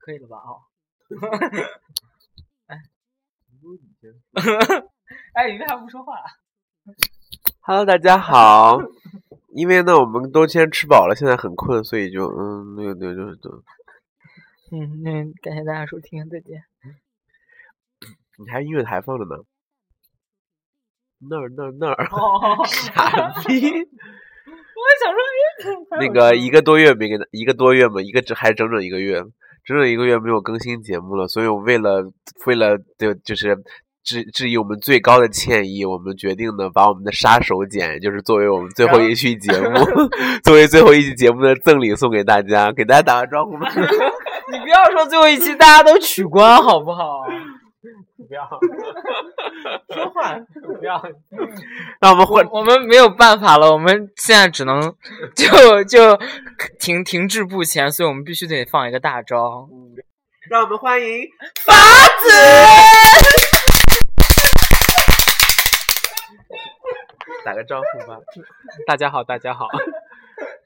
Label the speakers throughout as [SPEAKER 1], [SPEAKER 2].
[SPEAKER 1] 可以了吧？ 哦， 哎，你为啥不说
[SPEAKER 2] 啊
[SPEAKER 1] 话？
[SPEAKER 3] Hello，大家好。因为呢，我们都先吃饱了，现在很困，所以就嗯，对对，就是就
[SPEAKER 1] 嗯，那感谢大家收听，再 见。
[SPEAKER 3] 你还音乐台放着呢。那儿那儿啊 那儿，
[SPEAKER 1] 哦，我
[SPEAKER 3] 傻逼！
[SPEAKER 1] 想说，哎，还有
[SPEAKER 3] 那个
[SPEAKER 1] 这
[SPEAKER 3] 一个多月没给大一个多月嘛，一个整还整整一个月，整整一个月没有更新节目了，所以我为了为了就就是致致以我们最高的歉意，我们决定呢把我们的杀手锏，就是作为我们最后一期节目， 作为最后一期节目的赠礼送给大家，给大家打个招呼吧。
[SPEAKER 2] 你不要说最后一期大家都取关好不好？
[SPEAKER 1] 不要，说话不要，
[SPEAKER 3] 让我们换
[SPEAKER 2] 我们没有办法了，我们现在只能 就就停停滞不前，所以我们必须得放一个大招。
[SPEAKER 3] 让我们欢迎打个招呼吧。
[SPEAKER 4] 大家好，大家好，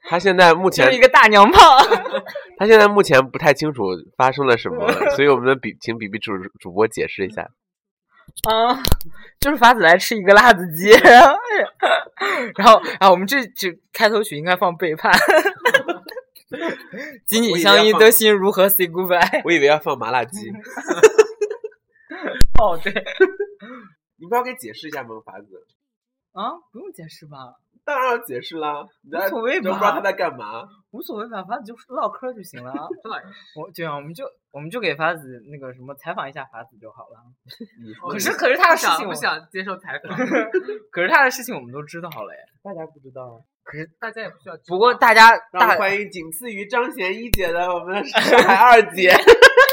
[SPEAKER 3] 他现在 目
[SPEAKER 2] 就是一
[SPEAKER 3] 前，
[SPEAKER 2] 个大娘炮，
[SPEAKER 3] 他现在目前不太清楚发生了什 么，所以我们的比请比比主主播解释一下。
[SPEAKER 2] 嗯，就是法子来吃一个辣子鸡，哎然后啊，我们这这开头曲应该放背叛， 紧紧相依的心如何 say goodbye？
[SPEAKER 3] 我以为要放麻辣鸡，
[SPEAKER 2] 哦，对
[SPEAKER 3] 你不要给解释一下吗？法子，
[SPEAKER 2] 啊，不用解释吧，
[SPEAKER 3] 当然要解释啦，你
[SPEAKER 2] 无所谓
[SPEAKER 3] 都不知道他
[SPEAKER 2] 吧，
[SPEAKER 3] 在干嘛。
[SPEAKER 2] 无所谓吧，法子就唠嗑就行了啊。我对啊，我们就我们就给法子那个什么采访一下法子就好了。
[SPEAKER 3] 你
[SPEAKER 2] 可是可是他的事情
[SPEAKER 4] 不
[SPEAKER 2] 我，
[SPEAKER 4] 想接受采访，
[SPEAKER 2] 可是他的事情我们都知道了哎。
[SPEAKER 1] 大家不知道。
[SPEAKER 4] 大家也不需要知道。
[SPEAKER 2] 不过大家
[SPEAKER 3] 让我
[SPEAKER 2] 大
[SPEAKER 3] 们欢迎仅次于张贤一姐的我们的 上海二姐。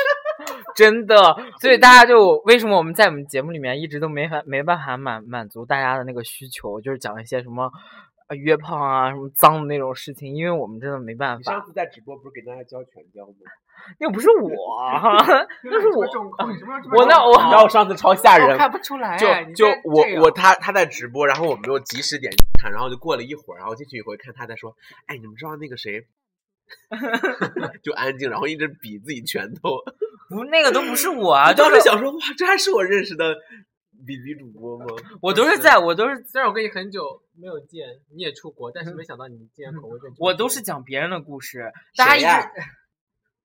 [SPEAKER 2] 真的，所以大家就为什么我们在我们节目里面一直都没法没办法满满足大家的那个需求，就是讲一些什么。呃约炮啊，什么脏的那种事情，因为我们真的没办
[SPEAKER 3] 你
[SPEAKER 2] 法
[SPEAKER 3] 上。次在直播不是给大家教拳交吗？
[SPEAKER 2] 又不是 我，那是我，
[SPEAKER 4] 重口，你什么时候这么
[SPEAKER 2] 我那
[SPEAKER 4] 重口
[SPEAKER 2] 我
[SPEAKER 3] 你知道我上次超吓人
[SPEAKER 4] 我，看不出来
[SPEAKER 3] 就
[SPEAKER 4] 哎，你
[SPEAKER 3] 就
[SPEAKER 4] 这
[SPEAKER 3] 我
[SPEAKER 4] 这个
[SPEAKER 3] 我他他在直播，然后我没有及时点看，然后就过了一会儿，然后进去以后一看他在说，哎，你们知道那个 谁， 就安静，然后一直比自己拳头，
[SPEAKER 2] 不，那个都不是 我啊，
[SPEAKER 3] 我当
[SPEAKER 2] 就
[SPEAKER 3] 时
[SPEAKER 2] 是
[SPEAKER 3] 想说，哇，这还是我认识的比比主播吗？
[SPEAKER 2] 我都是在我都是
[SPEAKER 4] 虽然我跟你很久没有见，你也出国，但是没想到你竟
[SPEAKER 2] 嗯
[SPEAKER 4] 然口味这么重。
[SPEAKER 2] 我都是讲别人的故事，大家一
[SPEAKER 3] 谁呀
[SPEAKER 2] 直。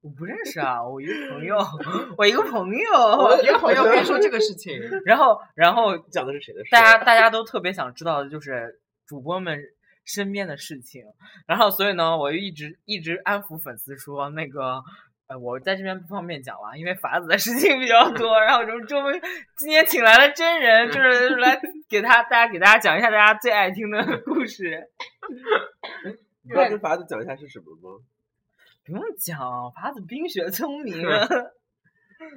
[SPEAKER 2] 我不认识啊，我一个朋友， 我一个朋 友，
[SPEAKER 4] 我一个朋友跟你说这个事情，
[SPEAKER 2] 然后，然后
[SPEAKER 3] 讲的是谁的事？
[SPEAKER 2] 大家大家都特别想知道的就是主播们身边的事情，然后所以呢，我就一直一直安抚粉丝说那个。呃，我在这边不方便讲了，因为法子的事情比较多，然后就就为 今天请来了真人，就是来给他大家给大家讲一下大家最爱听的故事。
[SPEAKER 3] 你知道跟法子讲一下是什么吗？
[SPEAKER 2] 不用讲，法子冰雪聪明，啊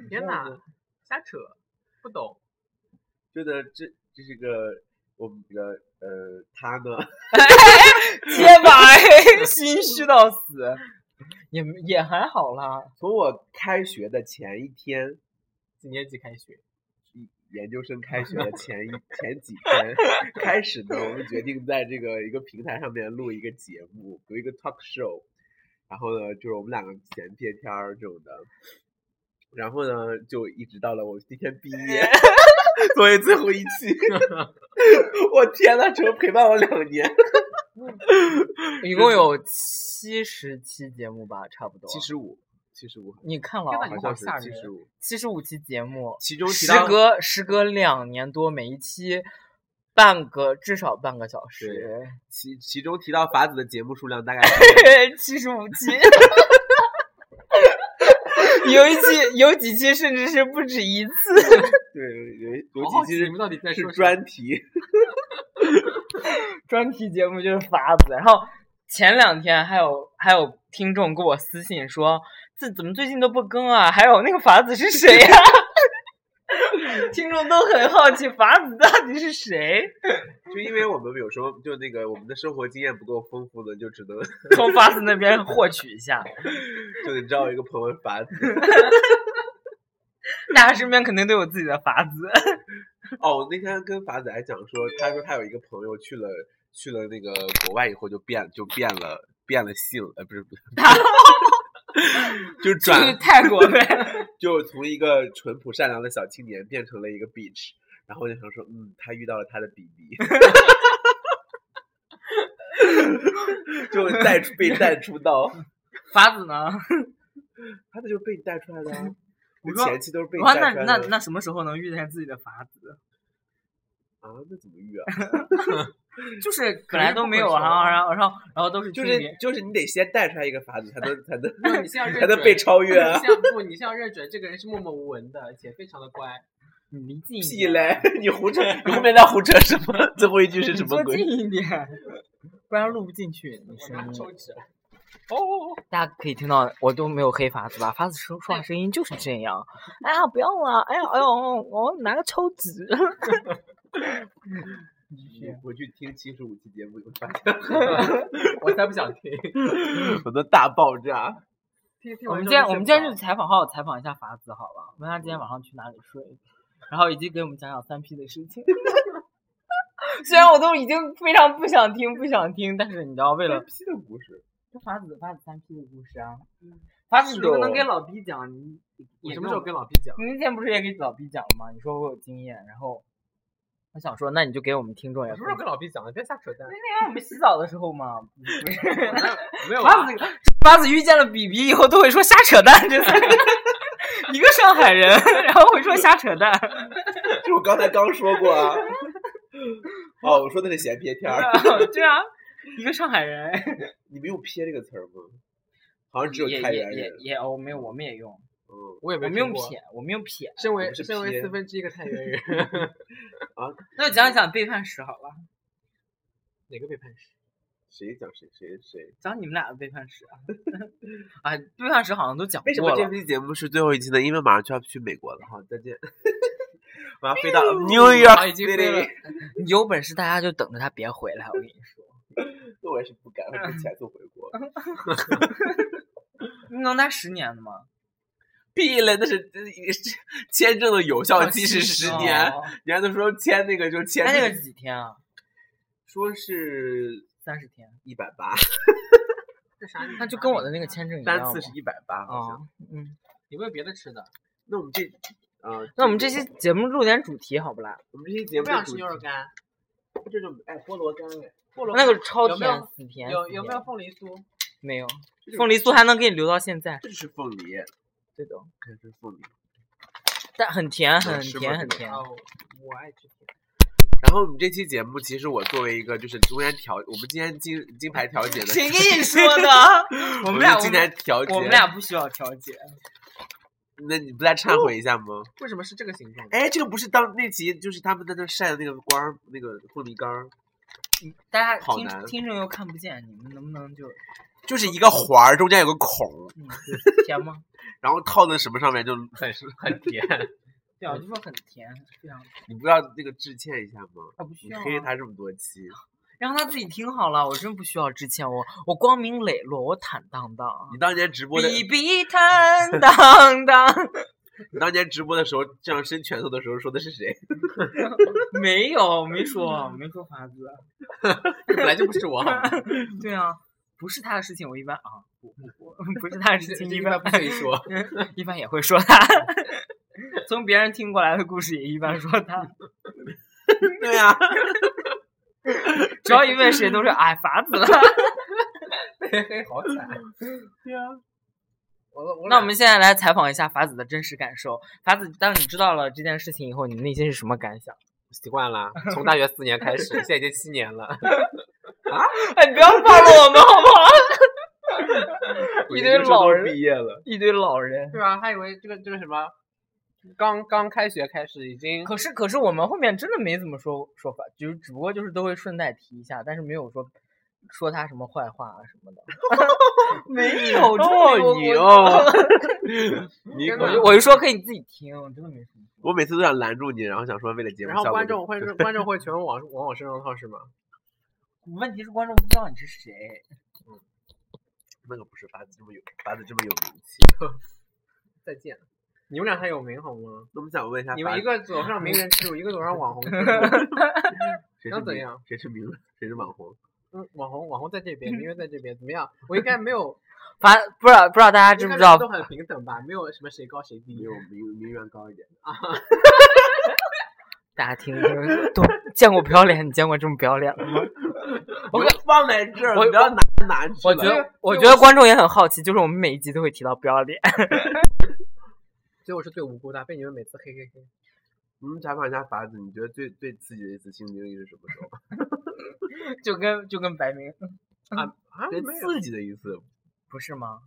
[SPEAKER 4] 天哪，瞎扯，不懂。
[SPEAKER 3] 真的，这这是个我们的呃，他呢，
[SPEAKER 2] 结巴， 心虚到死，也也还好啦。
[SPEAKER 3] 从我开学的前一天，
[SPEAKER 4] 几年级开学？
[SPEAKER 3] 研究生开学的前一前几 天开始呢，我们决定在这个一个平台上面录一个节目，有一个 talk show，然后呢，就是我们两个闲篇天儿这种的，然后呢，就一直到了我今天毕业， 作为最后一 期，我天呐，这陪伴我两年，
[SPEAKER 2] 一共有七十期节目吧，差不多。
[SPEAKER 3] 七十五，七十五，
[SPEAKER 2] 你看了
[SPEAKER 4] 天
[SPEAKER 2] 啊，
[SPEAKER 4] 呐
[SPEAKER 3] 好
[SPEAKER 4] 你
[SPEAKER 2] 好像
[SPEAKER 3] 像
[SPEAKER 4] 好
[SPEAKER 3] 是
[SPEAKER 4] 吓
[SPEAKER 3] 七
[SPEAKER 4] 人
[SPEAKER 3] 十五，
[SPEAKER 2] 七十五期节目，
[SPEAKER 3] 其中提
[SPEAKER 2] 时
[SPEAKER 3] 到
[SPEAKER 2] 隔时隔两年多，每一期半个至少半个小时，
[SPEAKER 3] 其其中提到法子的节目数量大概是
[SPEAKER 2] 七十五期。 有一期，有几期甚至是不止一次。
[SPEAKER 3] 对有一
[SPEAKER 4] 我好
[SPEAKER 3] 有几
[SPEAKER 4] 奇
[SPEAKER 3] 期
[SPEAKER 4] 你
[SPEAKER 3] 是
[SPEAKER 4] 们到底在
[SPEAKER 3] 是
[SPEAKER 4] 说什么？
[SPEAKER 3] 专题。
[SPEAKER 2] 专题节目就是法子，然后前两天还有还有听众给我私信说，这怎么最近都不更啊？还有那个法子是谁呀、 听众都很好奇法子到底是谁，
[SPEAKER 3] 就因为我们有时候就那个我们的生活经验不够丰富呢，就只能
[SPEAKER 2] 从法子那边获取一下。
[SPEAKER 3] 就得招一个朋友法子。
[SPEAKER 2] 大家身边肯定都有自己的法子，
[SPEAKER 3] 哦，我那天跟法子还讲说，他说他有一个朋友去了去了那个国外以后就变就变了变了性了，呃不是不是， 就
[SPEAKER 2] 去
[SPEAKER 3] 转
[SPEAKER 2] 泰国呗。
[SPEAKER 3] 就从一个淳朴善良的小青年变成了一个 bitch，然后我就想说，嗯，他遇到了他的 BB，就带出被带出道，
[SPEAKER 2] 法子呢？
[SPEAKER 3] 他那就是被你带出来的、啊，
[SPEAKER 2] 我
[SPEAKER 3] 你
[SPEAKER 2] 说
[SPEAKER 3] 前期都是被你
[SPEAKER 2] 哇，
[SPEAKER 3] 带
[SPEAKER 2] 那
[SPEAKER 3] 出来的
[SPEAKER 2] 那那什么时候能遇见自己的法子？
[SPEAKER 3] 啊，那怎么遇啊？
[SPEAKER 2] 就是
[SPEAKER 4] 可
[SPEAKER 2] 本来
[SPEAKER 4] 是
[SPEAKER 2] 都
[SPEAKER 4] 不
[SPEAKER 2] 没
[SPEAKER 4] 会
[SPEAKER 2] 有，
[SPEAKER 4] 说啊
[SPEAKER 2] 然后然后然后然后都是
[SPEAKER 3] 就
[SPEAKER 2] 去别
[SPEAKER 3] 是就是你得先带出来一个法子，才能才能
[SPEAKER 4] 那你像认
[SPEAKER 3] 才能
[SPEAKER 4] 准
[SPEAKER 3] 被超越啊！
[SPEAKER 4] 你像不，你像认准这个人是默默无闻的，而且非常的乖。嗯
[SPEAKER 2] 你离近一
[SPEAKER 3] 屁
[SPEAKER 2] 点
[SPEAKER 3] 嘞！你胡扯，你后面在胡扯什么？最后一句是
[SPEAKER 2] 你
[SPEAKER 3] 什么
[SPEAKER 2] 坐
[SPEAKER 3] 鬼？
[SPEAKER 2] 近一点，不然录不进去你
[SPEAKER 4] 我
[SPEAKER 2] 声
[SPEAKER 4] 拿哦
[SPEAKER 2] 音。
[SPEAKER 4] 抽纸了，
[SPEAKER 2] 大家可以听到，我都没有黑法子吧？法子说说话声音就是这样。哎呀，不要了！哎呀，哎呦，我拿个抽纸。
[SPEAKER 3] 你回去听七十五期节目，你会发现
[SPEAKER 4] 我才不想听。
[SPEAKER 3] 我的大爆炸。
[SPEAKER 4] 听听
[SPEAKER 2] 我
[SPEAKER 4] 完
[SPEAKER 2] 们
[SPEAKER 4] 之
[SPEAKER 2] 今
[SPEAKER 4] 后
[SPEAKER 2] 天我们
[SPEAKER 4] 就睡不
[SPEAKER 2] 今天就
[SPEAKER 4] 着
[SPEAKER 2] 采访，好好采访一下法子，好吧？问他今天晚上去哪里睡，然后以及给我们讲讲三 P 的事情。 虽然我都已经非常不想听，不想听，但是你知道，为了
[SPEAKER 3] 三 P 的故事，
[SPEAKER 2] 这法子法子三 P 的故事啊，法子你都
[SPEAKER 3] 是
[SPEAKER 2] 能
[SPEAKER 3] 哦
[SPEAKER 2] 跟老 B 讲，你
[SPEAKER 4] 我
[SPEAKER 2] 也
[SPEAKER 4] 什么时候
[SPEAKER 2] 我
[SPEAKER 4] 跟老 P 讲？
[SPEAKER 2] 你那天不是也给老 B 讲了吗？你说我有经验，然后我想说，那你就给我们听众也
[SPEAKER 4] 我什么时候跟老 P 讲的？别瞎 扯淡。
[SPEAKER 2] 那天我们洗澡的时候嘛，不是
[SPEAKER 4] 没有
[SPEAKER 2] 八
[SPEAKER 4] 啊，
[SPEAKER 2] 子八子遇见了比比以后都会说瞎扯淡这 三个字，一个上海人，然后会说瞎扯淡。
[SPEAKER 3] 这我刚才刚说过 啊。哦，我说的是闲篇天儿，
[SPEAKER 2] 对啊，一个上海人
[SPEAKER 3] 你们用“撇”这个词儿吗？好像只有
[SPEAKER 2] 也
[SPEAKER 3] 太
[SPEAKER 2] 也
[SPEAKER 3] 原
[SPEAKER 2] 也
[SPEAKER 3] 人。
[SPEAKER 2] 也哦，没有，我们也用，
[SPEAKER 3] 嗯
[SPEAKER 4] 我也
[SPEAKER 2] 我
[SPEAKER 4] 没
[SPEAKER 2] 们用
[SPEAKER 4] 听过。
[SPEAKER 2] 撇，我们用撇。
[SPEAKER 4] 身为
[SPEAKER 3] 不是
[SPEAKER 4] 身为
[SPEAKER 3] P
[SPEAKER 4] 四分之一个太原人，
[SPEAKER 2] 那就讲一讲背叛史好了，
[SPEAKER 4] 哪个背叛史？
[SPEAKER 3] 谁讲谁谁谁？
[SPEAKER 2] 讲你们俩的背叛史啊。 啊，背叛史好像都讲
[SPEAKER 3] 为什
[SPEAKER 2] 过
[SPEAKER 3] 么这
[SPEAKER 2] 了。
[SPEAKER 3] 期节目是最后一期呢？因为马上就要去美国了。好，再见。我要飞
[SPEAKER 2] 哎
[SPEAKER 3] 到 New York
[SPEAKER 4] 啊已经飞了
[SPEAKER 3] City。
[SPEAKER 2] 你有本事大家就等着他别回来，我跟你说。
[SPEAKER 3] 那我也是不敢，
[SPEAKER 2] 嗯
[SPEAKER 3] 会被遣送回国。
[SPEAKER 2] 你能待十年的吗？
[SPEAKER 3] 屁嘞，那是这是签证的有 效期是十年，
[SPEAKER 2] 哦
[SPEAKER 3] 人家都说签那个就签
[SPEAKER 2] 那那个几天啊？
[SPEAKER 3] 说是
[SPEAKER 2] 三十天，
[SPEAKER 3] 一百八，
[SPEAKER 4] 这啥？
[SPEAKER 2] 那就跟我的那个签证一样
[SPEAKER 3] 单次
[SPEAKER 2] 嘛
[SPEAKER 3] 是一百八，好像。
[SPEAKER 2] 啊，嗯，
[SPEAKER 4] 有没有别的吃的？
[SPEAKER 3] 那我们这，呃，
[SPEAKER 2] 那我们这期节目录点主题好不啦？
[SPEAKER 3] 我们这期节
[SPEAKER 4] 我
[SPEAKER 3] 目
[SPEAKER 4] 不
[SPEAKER 3] 的
[SPEAKER 4] 想吃
[SPEAKER 3] 主
[SPEAKER 4] 牛肉干。
[SPEAKER 3] 题这种哎菠萝干哎，
[SPEAKER 4] 菠萝
[SPEAKER 2] 那个超
[SPEAKER 4] 有没
[SPEAKER 2] 甜
[SPEAKER 4] 有，
[SPEAKER 2] 死甜，
[SPEAKER 4] 有
[SPEAKER 2] 死
[SPEAKER 4] 有没
[SPEAKER 2] 甜
[SPEAKER 4] 有凤梨酥？
[SPEAKER 2] 没有
[SPEAKER 3] 这种
[SPEAKER 2] 凤梨酥还能给你留到现在，
[SPEAKER 3] 这是凤梨，
[SPEAKER 2] 这种，
[SPEAKER 3] 看这是凤梨。
[SPEAKER 2] 但很甜，
[SPEAKER 3] 吃
[SPEAKER 2] 很
[SPEAKER 3] 吗
[SPEAKER 2] 甜，
[SPEAKER 3] 这
[SPEAKER 2] 很
[SPEAKER 3] 个
[SPEAKER 2] 甜
[SPEAKER 4] 啊，。我我爱吃甜。
[SPEAKER 3] 然后我们这期节目，其实我作为一个就是中间调，我们今天金金牌调解 的，
[SPEAKER 2] 谁跟你说的？我
[SPEAKER 3] 我
[SPEAKER 2] 们俩，
[SPEAKER 3] 是
[SPEAKER 2] 我
[SPEAKER 3] 今
[SPEAKER 2] 们
[SPEAKER 3] 天调解，
[SPEAKER 2] 我们俩不需要调解。
[SPEAKER 3] 那你不再忏悔一下吗？
[SPEAKER 4] 为什么是这个形状？
[SPEAKER 3] 哎，这个不是当那集就是他们在那晒的那个光儿那个凤梨干儿，
[SPEAKER 2] 嗯大家
[SPEAKER 3] 好
[SPEAKER 2] 听
[SPEAKER 4] 啊
[SPEAKER 3] 难
[SPEAKER 2] 听众又看不见，你们能不能 就
[SPEAKER 3] 就是一个环儿，中间有个孔，
[SPEAKER 2] 嗯甜吗？
[SPEAKER 3] 然后套在什么上面就
[SPEAKER 4] 很很甜。
[SPEAKER 2] 对啊，我就说很甜，非常甜。
[SPEAKER 3] 你不要那个致歉一下吗？
[SPEAKER 2] 啊，不需
[SPEAKER 3] 你
[SPEAKER 2] 要、
[SPEAKER 3] 黑
[SPEAKER 2] 啊。
[SPEAKER 3] 他这么多期，
[SPEAKER 2] 让他自己听好了，我真不需要致歉，我我光明磊落，我坦荡荡
[SPEAKER 3] 你，当年直播的，
[SPEAKER 2] 比比坦荡 荡。
[SPEAKER 3] 你当年直播的时候这样伸拳头的时候说的是谁？
[SPEAKER 2] 没有，没说，没说法子。
[SPEAKER 4] 这 本来就不是 我，好吗
[SPEAKER 2] 对啊，不是他的事情，我一般啊，不不不，不是他的事 情，
[SPEAKER 4] 这
[SPEAKER 2] 一
[SPEAKER 4] 一
[SPEAKER 2] 般
[SPEAKER 4] 般不可以说。
[SPEAKER 2] 一般也会说他。从别人听过来的故事也一般说他，
[SPEAKER 3] 对啊呀、
[SPEAKER 2] 只要一问谁都是哎法子了。
[SPEAKER 4] 嘿嘿，好惨。
[SPEAKER 3] 对呀、
[SPEAKER 4] 我我
[SPEAKER 2] 那我们现在来采访一下法子的真实感受。法子，当你知道了这件事情以后，你内心是什么感想？
[SPEAKER 4] 习惯 了，从大学四年开始，现在已经七年了。
[SPEAKER 2] 哎，不要暴露我们好不好？ 一堆
[SPEAKER 3] 研究生
[SPEAKER 2] 老
[SPEAKER 3] 都
[SPEAKER 2] 人
[SPEAKER 3] 毕业了，
[SPEAKER 2] 一堆老人。
[SPEAKER 4] 对啊，还以为这个这个什么，刚刚开学开始已经
[SPEAKER 2] 可是可是我们后面真的没怎么说说法，就是只不过就是都会顺带提一下，但是没有说说他什么坏话啊什么的。 没有
[SPEAKER 3] 哦你 哦，你
[SPEAKER 4] 天
[SPEAKER 2] 我
[SPEAKER 4] 呐
[SPEAKER 2] 就
[SPEAKER 3] 我
[SPEAKER 2] 我就说可以你自己听，我真的没什么。
[SPEAKER 3] 我每次都想拦住你，然后想说为了节目
[SPEAKER 4] 然后
[SPEAKER 3] 效果
[SPEAKER 4] 观
[SPEAKER 3] 就
[SPEAKER 4] 众会观众会全部往往我身上套是吗？
[SPEAKER 2] 问题是观众不知道你是谁，
[SPEAKER 3] 那个不是法子这么有法子这么有名 气。
[SPEAKER 4] 再见。你们俩还有名好吗？
[SPEAKER 3] 那我们想问一下，
[SPEAKER 4] 你们一
[SPEAKER 3] 个
[SPEAKER 4] 个走上名人之路，一个走上网红之路。
[SPEAKER 3] 谁是
[SPEAKER 4] 想怎
[SPEAKER 3] 名
[SPEAKER 4] 样？
[SPEAKER 3] 谁是名人？谁是网红？
[SPEAKER 4] 嗯，网红网红在这边，名媛在这边，怎么样？我应该没有，
[SPEAKER 2] 反不知道不知道大家知
[SPEAKER 4] 应
[SPEAKER 2] 不
[SPEAKER 4] 该
[SPEAKER 2] 知道
[SPEAKER 4] 都很平等吧？没有什么谁高谁低
[SPEAKER 3] 比。我名名媛高一点。
[SPEAKER 2] 大家听就是都见过不要脸，你见过这么不要脸的吗？我
[SPEAKER 3] 你放在这儿，
[SPEAKER 2] 我
[SPEAKER 3] 你不要拿拿去了。
[SPEAKER 2] 我觉得我觉得观众也很好奇，就是我们每一集都会提到不要脸，
[SPEAKER 4] 所以我是最无辜的，被你们每次黑黑黑。
[SPEAKER 3] 我们采访一下法子，你觉得最最刺激的一次性经历是什么时候？
[SPEAKER 2] 就跟就跟白明
[SPEAKER 4] 啊，
[SPEAKER 3] 最
[SPEAKER 4] 没有，
[SPEAKER 3] 刺激的一次。
[SPEAKER 2] 不是吗？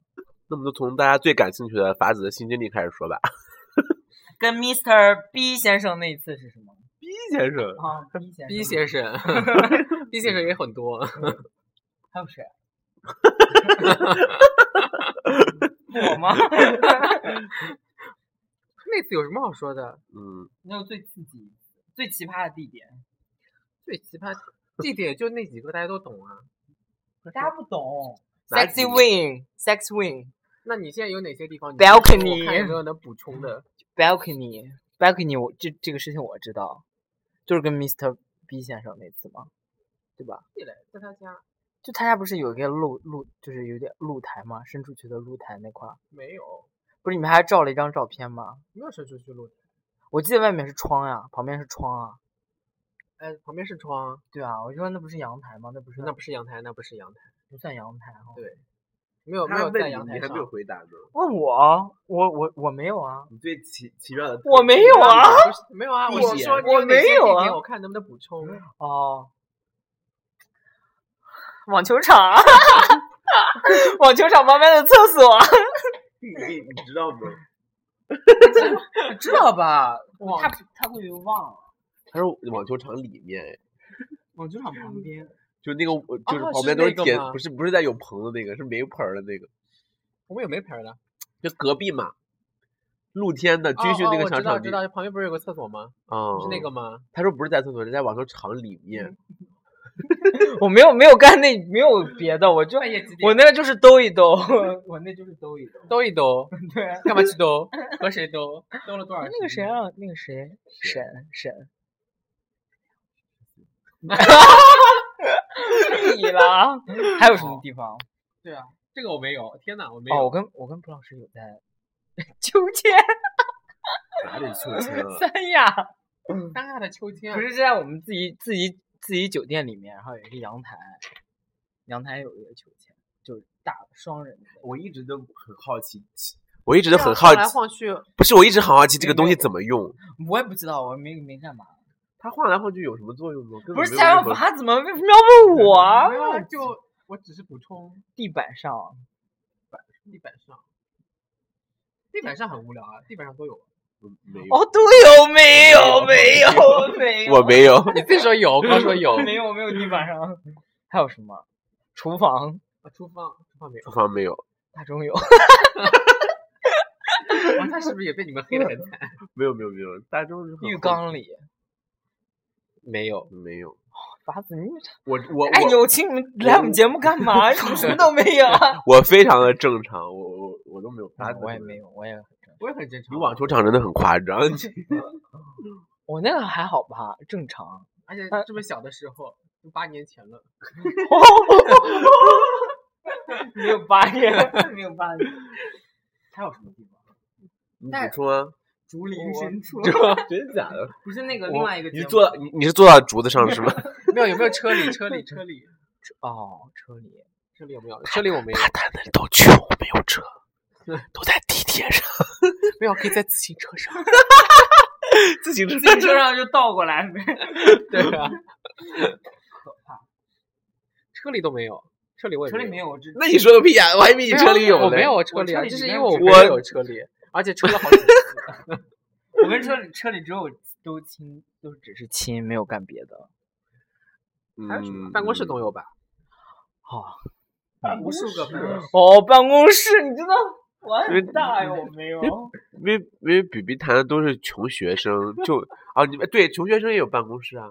[SPEAKER 3] 那么就从大家最感兴趣的法子的新经历开始说吧。
[SPEAKER 2] 跟 Mr. B 先生那一次是什么？
[SPEAKER 3] B 先生，
[SPEAKER 2] 啊，B 先
[SPEAKER 4] B 先 生，B 先生也很 多。
[SPEAKER 2] 还有谁？我吗？
[SPEAKER 4] 那次有什么好说的？
[SPEAKER 3] 嗯，
[SPEAKER 2] 没有最刺激、最奇葩的地点，
[SPEAKER 4] 最奇葩地点就那几个，大家都懂啊。
[SPEAKER 2] 大家不懂。
[SPEAKER 3] 哪几
[SPEAKER 2] Sexy wing, sex wing,
[SPEAKER 4] 那你现在有哪些地方你
[SPEAKER 2] Balcony
[SPEAKER 4] 我看有没有能补充的？
[SPEAKER 2] balcony, balcony 我。这这个事情我知道，就是跟 Mr. B 先生那次嘛，对吧？
[SPEAKER 4] 对嘞，在他家
[SPEAKER 2] 就他家不是有一个露露，就是有点露台嘛，伸出去的露台那块儿，
[SPEAKER 4] 没有，
[SPEAKER 2] 不是你们还照了一张照片吗？
[SPEAKER 4] 没有伸出去露台。
[SPEAKER 2] 我记得外面是窗呀、旁边是窗啊。
[SPEAKER 4] 哎，旁边是窗，
[SPEAKER 2] 对啊，我就说那不是阳台吗？那不是
[SPEAKER 4] 那不是阳台，那不是阳台，
[SPEAKER 2] 不算阳台哈、
[SPEAKER 4] 对没有没
[SPEAKER 3] 哦他
[SPEAKER 4] 有啊
[SPEAKER 3] 问
[SPEAKER 4] 在
[SPEAKER 3] 你，
[SPEAKER 4] 阳台
[SPEAKER 3] 你还
[SPEAKER 4] 上
[SPEAKER 3] 没。有回答呢。
[SPEAKER 2] 问我，我我我没有啊，
[SPEAKER 3] 你最奇奇妙的，
[SPEAKER 2] 我没有啊。
[SPEAKER 4] 不是没有啊，
[SPEAKER 3] 地
[SPEAKER 4] 我是
[SPEAKER 3] 点
[SPEAKER 4] 说你
[SPEAKER 2] 我
[SPEAKER 4] 哪
[SPEAKER 2] 没
[SPEAKER 4] 些
[SPEAKER 2] 有
[SPEAKER 4] 地
[SPEAKER 2] 啊
[SPEAKER 4] 点我看能不能补充。
[SPEAKER 2] 哦，网球场，啊 网球场旁边的厕所，啊
[SPEAKER 3] 你你你知道吗？
[SPEAKER 2] 知道吧？
[SPEAKER 4] 网
[SPEAKER 2] 他他会忘了，
[SPEAKER 3] 他说网球场里面，哎
[SPEAKER 2] 网球场旁边。
[SPEAKER 3] 就那个我就是
[SPEAKER 4] 哦
[SPEAKER 3] 旁
[SPEAKER 4] 是
[SPEAKER 3] 边都
[SPEAKER 4] 那
[SPEAKER 3] 是
[SPEAKER 4] 个
[SPEAKER 3] 铁，
[SPEAKER 4] 吗
[SPEAKER 3] 不是不是在有棚的那个，是没棚儿的那个，
[SPEAKER 4] 我们有没牌儿的？
[SPEAKER 3] 就隔壁嘛，露天的军训
[SPEAKER 4] 哦
[SPEAKER 3] 那
[SPEAKER 4] 哦
[SPEAKER 3] 个
[SPEAKER 4] 我
[SPEAKER 3] 小
[SPEAKER 4] 知道
[SPEAKER 3] 场
[SPEAKER 4] 知
[SPEAKER 3] 地。
[SPEAKER 4] 道，旁边不是有个厕所吗？
[SPEAKER 2] 哦
[SPEAKER 3] 嗯，
[SPEAKER 4] 是那个嗯吗？
[SPEAKER 3] 他说不是在厕所，是在网球场里面。
[SPEAKER 2] 我没有没有干那没有别的，我就
[SPEAKER 4] 半夜几点？
[SPEAKER 2] 我那个就是兜一 兜，我那就是兜一兜。
[SPEAKER 4] 兜一兜，
[SPEAKER 2] 对，
[SPEAKER 4] 干嘛去兜？和谁兜？兜了多少？
[SPEAKER 2] 那个谁？啊，那个谁，沈 沈。你了，啊还有什
[SPEAKER 3] 哦
[SPEAKER 2] 么地方？
[SPEAKER 4] 对啊，这个我没有。天哪，我没
[SPEAKER 2] 哦，
[SPEAKER 4] 有
[SPEAKER 2] 我。跟我跟蒲老师有在秋千
[SPEAKER 3] 哪里秋千啊？
[SPEAKER 2] 三亚，
[SPEAKER 4] 大的秋千啊
[SPEAKER 2] 不，是是在我们自己自己自己酒店里面，然后有一个阳台，阳台有一个秋千，就是大双人的。
[SPEAKER 3] 我一直都很好奇，我一直都
[SPEAKER 4] 这
[SPEAKER 3] 很好
[SPEAKER 4] 样晃
[SPEAKER 3] 奇
[SPEAKER 4] 来，晃去，
[SPEAKER 3] 不是我一直很好奇这
[SPEAKER 2] 没有
[SPEAKER 3] 个东西怎么用，
[SPEAKER 2] 我也不知道，我没没干嘛。
[SPEAKER 3] 它晃来晃去有什么作用吗？根
[SPEAKER 2] 不
[SPEAKER 3] 本
[SPEAKER 2] 是
[SPEAKER 3] 没
[SPEAKER 2] 想
[SPEAKER 3] 有任
[SPEAKER 2] 让
[SPEAKER 3] 何
[SPEAKER 2] 法怎么为什么要问我啊
[SPEAKER 4] 没？有啊就我只是补充
[SPEAKER 2] 地板上啊
[SPEAKER 4] 地板上，地板上很无聊啊，地板上都有。
[SPEAKER 3] 嗯没有，
[SPEAKER 2] 哦，对哦，没有没有没有，
[SPEAKER 3] 我没有，
[SPEAKER 4] 你自己说有，光说有
[SPEAKER 2] 没有没有地板上， 还有什么？厨房
[SPEAKER 4] 啊，厨房厨房没
[SPEAKER 3] 厨
[SPEAKER 4] 有。
[SPEAKER 3] 房没有，
[SPEAKER 2] 大中有，
[SPEAKER 4] 哇，他是不是也被你们黑的很惨？
[SPEAKER 3] 没有没有没有，大众是很
[SPEAKER 2] 浴
[SPEAKER 3] 好
[SPEAKER 2] 缸里。
[SPEAKER 4] 没有，
[SPEAKER 3] 没有，
[SPEAKER 2] 法子，你
[SPEAKER 3] 我我
[SPEAKER 2] 哎，
[SPEAKER 3] 我
[SPEAKER 2] 友情，你们来我们节目干嘛？ 你们什么都没有。啊
[SPEAKER 3] 我非常的正常，我我我都没有法子，
[SPEAKER 2] 我也没有，我也
[SPEAKER 4] 我也很正常。啊
[SPEAKER 3] 你网球场真的很夸张，
[SPEAKER 2] 我那个还好吧，正常。
[SPEAKER 4] 而且
[SPEAKER 2] 呃
[SPEAKER 4] 这么小的时候，就八年前了。
[SPEAKER 2] 没有八 年，没有八年。
[SPEAKER 4] 还有什么地方？
[SPEAKER 3] 你
[SPEAKER 2] 但
[SPEAKER 3] 补充啊，
[SPEAKER 2] 竹林深处，
[SPEAKER 3] 真的假的？
[SPEAKER 2] 不是那个
[SPEAKER 3] 我
[SPEAKER 2] 另外一个节
[SPEAKER 3] 你
[SPEAKER 2] 目。
[SPEAKER 3] 坐到你你是坐到竹子上是吗？
[SPEAKER 4] 没有，有没有车 里？车里，车里，
[SPEAKER 2] 哦，车里。
[SPEAKER 4] 车里有没有？车里我没有，
[SPEAKER 3] 他们都穷，没有 车，都在地铁上，
[SPEAKER 4] 没有，可以在 自行车上。
[SPEAKER 3] 自行 车
[SPEAKER 2] 自行车上就倒过来，
[SPEAKER 4] 对啊，可怕。车里都没有，车里我也
[SPEAKER 2] 车里没
[SPEAKER 4] 有。
[SPEAKER 2] 有，我只
[SPEAKER 3] 那你说个屁呀、我还以为你
[SPEAKER 4] 没
[SPEAKER 3] 车里有
[SPEAKER 4] 我没
[SPEAKER 3] 嘞
[SPEAKER 4] 有我
[SPEAKER 2] 啊我
[SPEAKER 4] 车里
[SPEAKER 2] 车
[SPEAKER 4] 啊，
[SPEAKER 2] 里
[SPEAKER 4] 这
[SPEAKER 2] 里
[SPEAKER 4] 是因
[SPEAKER 2] 面
[SPEAKER 4] 为
[SPEAKER 2] 有
[SPEAKER 4] 我
[SPEAKER 2] 车
[SPEAKER 4] 没
[SPEAKER 3] 里
[SPEAKER 4] 有车里，而且车了好几次。
[SPEAKER 2] 我跟车
[SPEAKER 3] 嗯
[SPEAKER 2] 里车里只有都亲，都只是亲，没有干别的。
[SPEAKER 4] 还有什么？
[SPEAKER 3] 嗯
[SPEAKER 4] 办公室总有吧？
[SPEAKER 2] 哦
[SPEAKER 3] 办公
[SPEAKER 4] 无数个办公室。
[SPEAKER 2] 哦，办公室，你知道我
[SPEAKER 3] 因为
[SPEAKER 2] 很大呀，我没有。
[SPEAKER 3] 因为因为比比谈的都是穷学生，就啊，你们对穷学生也有办公室啊，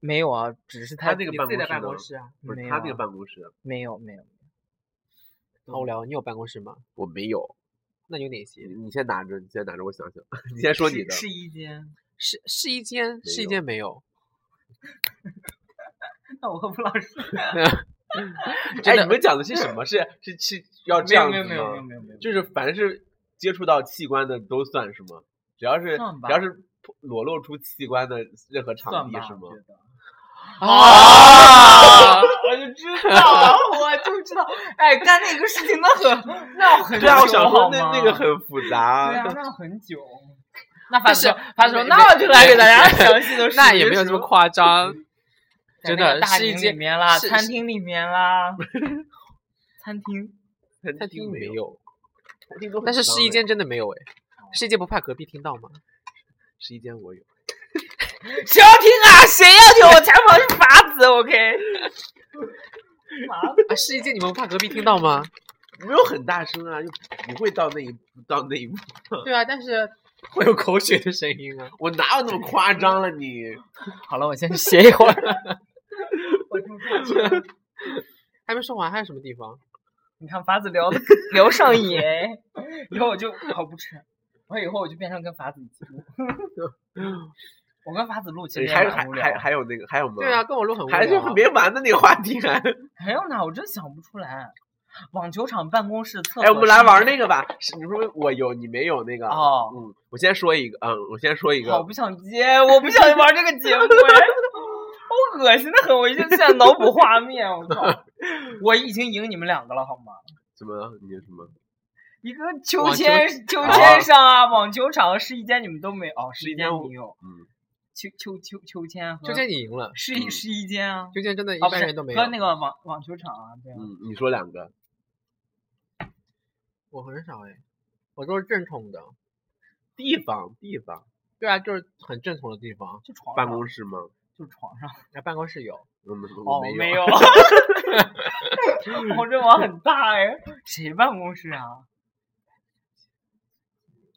[SPEAKER 2] 没有啊，只是
[SPEAKER 3] 他那
[SPEAKER 2] 自
[SPEAKER 3] 个
[SPEAKER 2] 己
[SPEAKER 3] 办
[SPEAKER 4] 自己
[SPEAKER 3] 公
[SPEAKER 4] 的
[SPEAKER 3] 室
[SPEAKER 4] 办公
[SPEAKER 3] 呢
[SPEAKER 4] 室啊，
[SPEAKER 3] 不是
[SPEAKER 2] 没
[SPEAKER 3] 他
[SPEAKER 2] 有
[SPEAKER 3] 那个
[SPEAKER 2] 啊
[SPEAKER 3] 办公室，
[SPEAKER 2] 没有没有。
[SPEAKER 4] 好无聊。你有办公室吗？
[SPEAKER 3] 我没有。
[SPEAKER 4] 那有哪些
[SPEAKER 3] 你？你先拿着，你先拿着，我想 想，你先说你的。
[SPEAKER 2] 试衣间，
[SPEAKER 4] 试试衣间，试衣
[SPEAKER 3] 有
[SPEAKER 4] 间没有。
[SPEAKER 2] 那我和吴老师
[SPEAKER 3] 哎
[SPEAKER 4] 真，
[SPEAKER 3] 你
[SPEAKER 4] 的
[SPEAKER 3] 们讲的是什 么？是是是要这
[SPEAKER 2] 没有
[SPEAKER 3] 样
[SPEAKER 2] 没
[SPEAKER 3] 子
[SPEAKER 2] 有没有没有
[SPEAKER 3] 吗？
[SPEAKER 2] 没有没有，
[SPEAKER 3] 就是凡是接触到器官的都算是吗？只要是
[SPEAKER 2] 算吧
[SPEAKER 3] 只要是裸露出器官的任何场
[SPEAKER 2] 算
[SPEAKER 3] 地
[SPEAKER 2] 吧，
[SPEAKER 3] 是
[SPEAKER 2] 我
[SPEAKER 3] 吗
[SPEAKER 2] 觉？得。
[SPEAKER 4] 啊！
[SPEAKER 2] 我就知 道，我就知道，哎，干那个事情那很，那很
[SPEAKER 3] 对啊，我
[SPEAKER 2] 久
[SPEAKER 3] 想说
[SPEAKER 2] 好
[SPEAKER 3] 那
[SPEAKER 2] 吗
[SPEAKER 3] 那个很 复
[SPEAKER 2] 对啊
[SPEAKER 3] 杂，，
[SPEAKER 2] 那很久。那
[SPEAKER 4] 但
[SPEAKER 2] 反
[SPEAKER 4] 是
[SPEAKER 2] 正
[SPEAKER 4] 他
[SPEAKER 2] 他
[SPEAKER 4] 说
[SPEAKER 2] 说，那我就来给大家详细的
[SPEAKER 4] 那也没有这么夸张，
[SPEAKER 2] 在
[SPEAKER 4] 真
[SPEAKER 2] 那个
[SPEAKER 4] 的
[SPEAKER 2] 大
[SPEAKER 4] 是一
[SPEAKER 2] 厅里
[SPEAKER 4] 间
[SPEAKER 2] 面啦，
[SPEAKER 4] 是
[SPEAKER 2] 餐
[SPEAKER 4] 是
[SPEAKER 2] 厅里面 啦，餐厅
[SPEAKER 3] 餐
[SPEAKER 4] 餐
[SPEAKER 3] 厅
[SPEAKER 4] 厅没
[SPEAKER 3] 有，
[SPEAKER 4] 有，
[SPEAKER 3] 餐厅都很
[SPEAKER 4] 但是
[SPEAKER 3] 脏
[SPEAKER 4] 试衣
[SPEAKER 3] 哎
[SPEAKER 4] 间真的没有哎，试衣间不怕隔壁听到吗？
[SPEAKER 3] 试衣间我有，
[SPEAKER 2] 谁要听啊？谁要听？我才跑去法子，OK。
[SPEAKER 4] 啊，试衣间你们不怕隔壁听到吗？
[SPEAKER 3] 没有很大声啊，又不会到那一步到那一步，
[SPEAKER 4] 对啊，但是会有口水的声音 啊。
[SPEAKER 3] 我哪有那么夸张了你？
[SPEAKER 2] 好了，我先去。
[SPEAKER 4] 歇一会儿，
[SPEAKER 2] 我住这儿
[SPEAKER 4] 还没说完，还有什么地方？
[SPEAKER 2] 你看法子 聊的聊上瘾，以后我就我不吃，我以后我就变成跟法子一起录。 我跟法子录其实也
[SPEAKER 3] 还
[SPEAKER 2] 蛮
[SPEAKER 3] 还
[SPEAKER 2] 无聊
[SPEAKER 3] 还还有那个还有吗？
[SPEAKER 4] 对啊，，跟我录很无聊。
[SPEAKER 3] 还是没完的那个话题啊还。
[SPEAKER 2] 还有哎呢，我真想不出来。网球场、办公室、厕所。
[SPEAKER 3] 哎，我们来玩那
[SPEAKER 2] 个
[SPEAKER 3] 个吧。是你说我有，你没有那个？
[SPEAKER 2] 哦
[SPEAKER 3] 嗯，我先说一个，嗯，我先说一
[SPEAKER 2] 好
[SPEAKER 3] 个。
[SPEAKER 2] 不想接，我不 想玩这个节目，哎我恶心的很，我现在脑补画面，我 靠，我已经赢你们两个了，好吗？
[SPEAKER 3] 怎么了？你有什么？
[SPEAKER 2] 一个秋
[SPEAKER 4] 网球
[SPEAKER 2] 千，秋
[SPEAKER 3] 啊
[SPEAKER 2] 千上啊，网球场、试衣间你们都没有，哦，试衣间
[SPEAKER 3] 试衣间
[SPEAKER 2] 你有，
[SPEAKER 3] 嗯，
[SPEAKER 2] 秋秋秋秋千和
[SPEAKER 4] 秋千你赢了，
[SPEAKER 2] 试衣
[SPEAKER 3] 嗯
[SPEAKER 2] 试衣间啊，
[SPEAKER 4] 秋千真的一
[SPEAKER 2] 哦不
[SPEAKER 4] 般
[SPEAKER 2] 是
[SPEAKER 4] 人都没有。
[SPEAKER 2] 和那个网网球场啊，对啊，
[SPEAKER 3] 嗯，你说两个。
[SPEAKER 4] 我很少哎，我都是正统的。
[SPEAKER 3] 地方，地方，
[SPEAKER 4] 对啊，就是很正统的地方。
[SPEAKER 2] 就床上
[SPEAKER 3] 办公室吗？
[SPEAKER 2] 就床上，
[SPEAKER 4] 那办公室有，
[SPEAKER 3] 嗯，
[SPEAKER 2] 哦
[SPEAKER 3] 我没
[SPEAKER 2] 没有，
[SPEAKER 3] 有。
[SPEAKER 2] 我这网很大哎，谁办公室啊？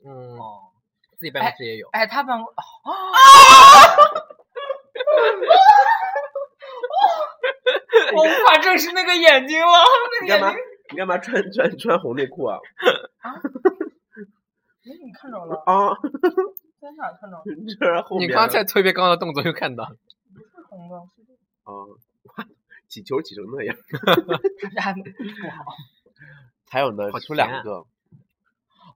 [SPEAKER 4] 嗯，
[SPEAKER 2] 哦。
[SPEAKER 4] 自己办公室也有。
[SPEAKER 2] 哎，他办公啊！哦我无法正视那个眼睛了，那
[SPEAKER 3] 你
[SPEAKER 2] 个眼
[SPEAKER 3] 干嘛
[SPEAKER 2] 睛，？
[SPEAKER 3] 你干嘛穿穿穿红内裤啊？
[SPEAKER 2] 哎，你看着了，
[SPEAKER 3] 啊，
[SPEAKER 2] 在哪儿看着？
[SPEAKER 3] 这是后
[SPEAKER 4] 你
[SPEAKER 3] 面。啊
[SPEAKER 4] 刚才特别高的动作就看到了，
[SPEAKER 2] 不是红的，是这个
[SPEAKER 3] 啊， 起球起成那样。
[SPEAKER 2] 他们不好。
[SPEAKER 3] 还有呢
[SPEAKER 4] 好，
[SPEAKER 3] 出
[SPEAKER 4] 甜
[SPEAKER 3] 两
[SPEAKER 4] 啊
[SPEAKER 3] 个。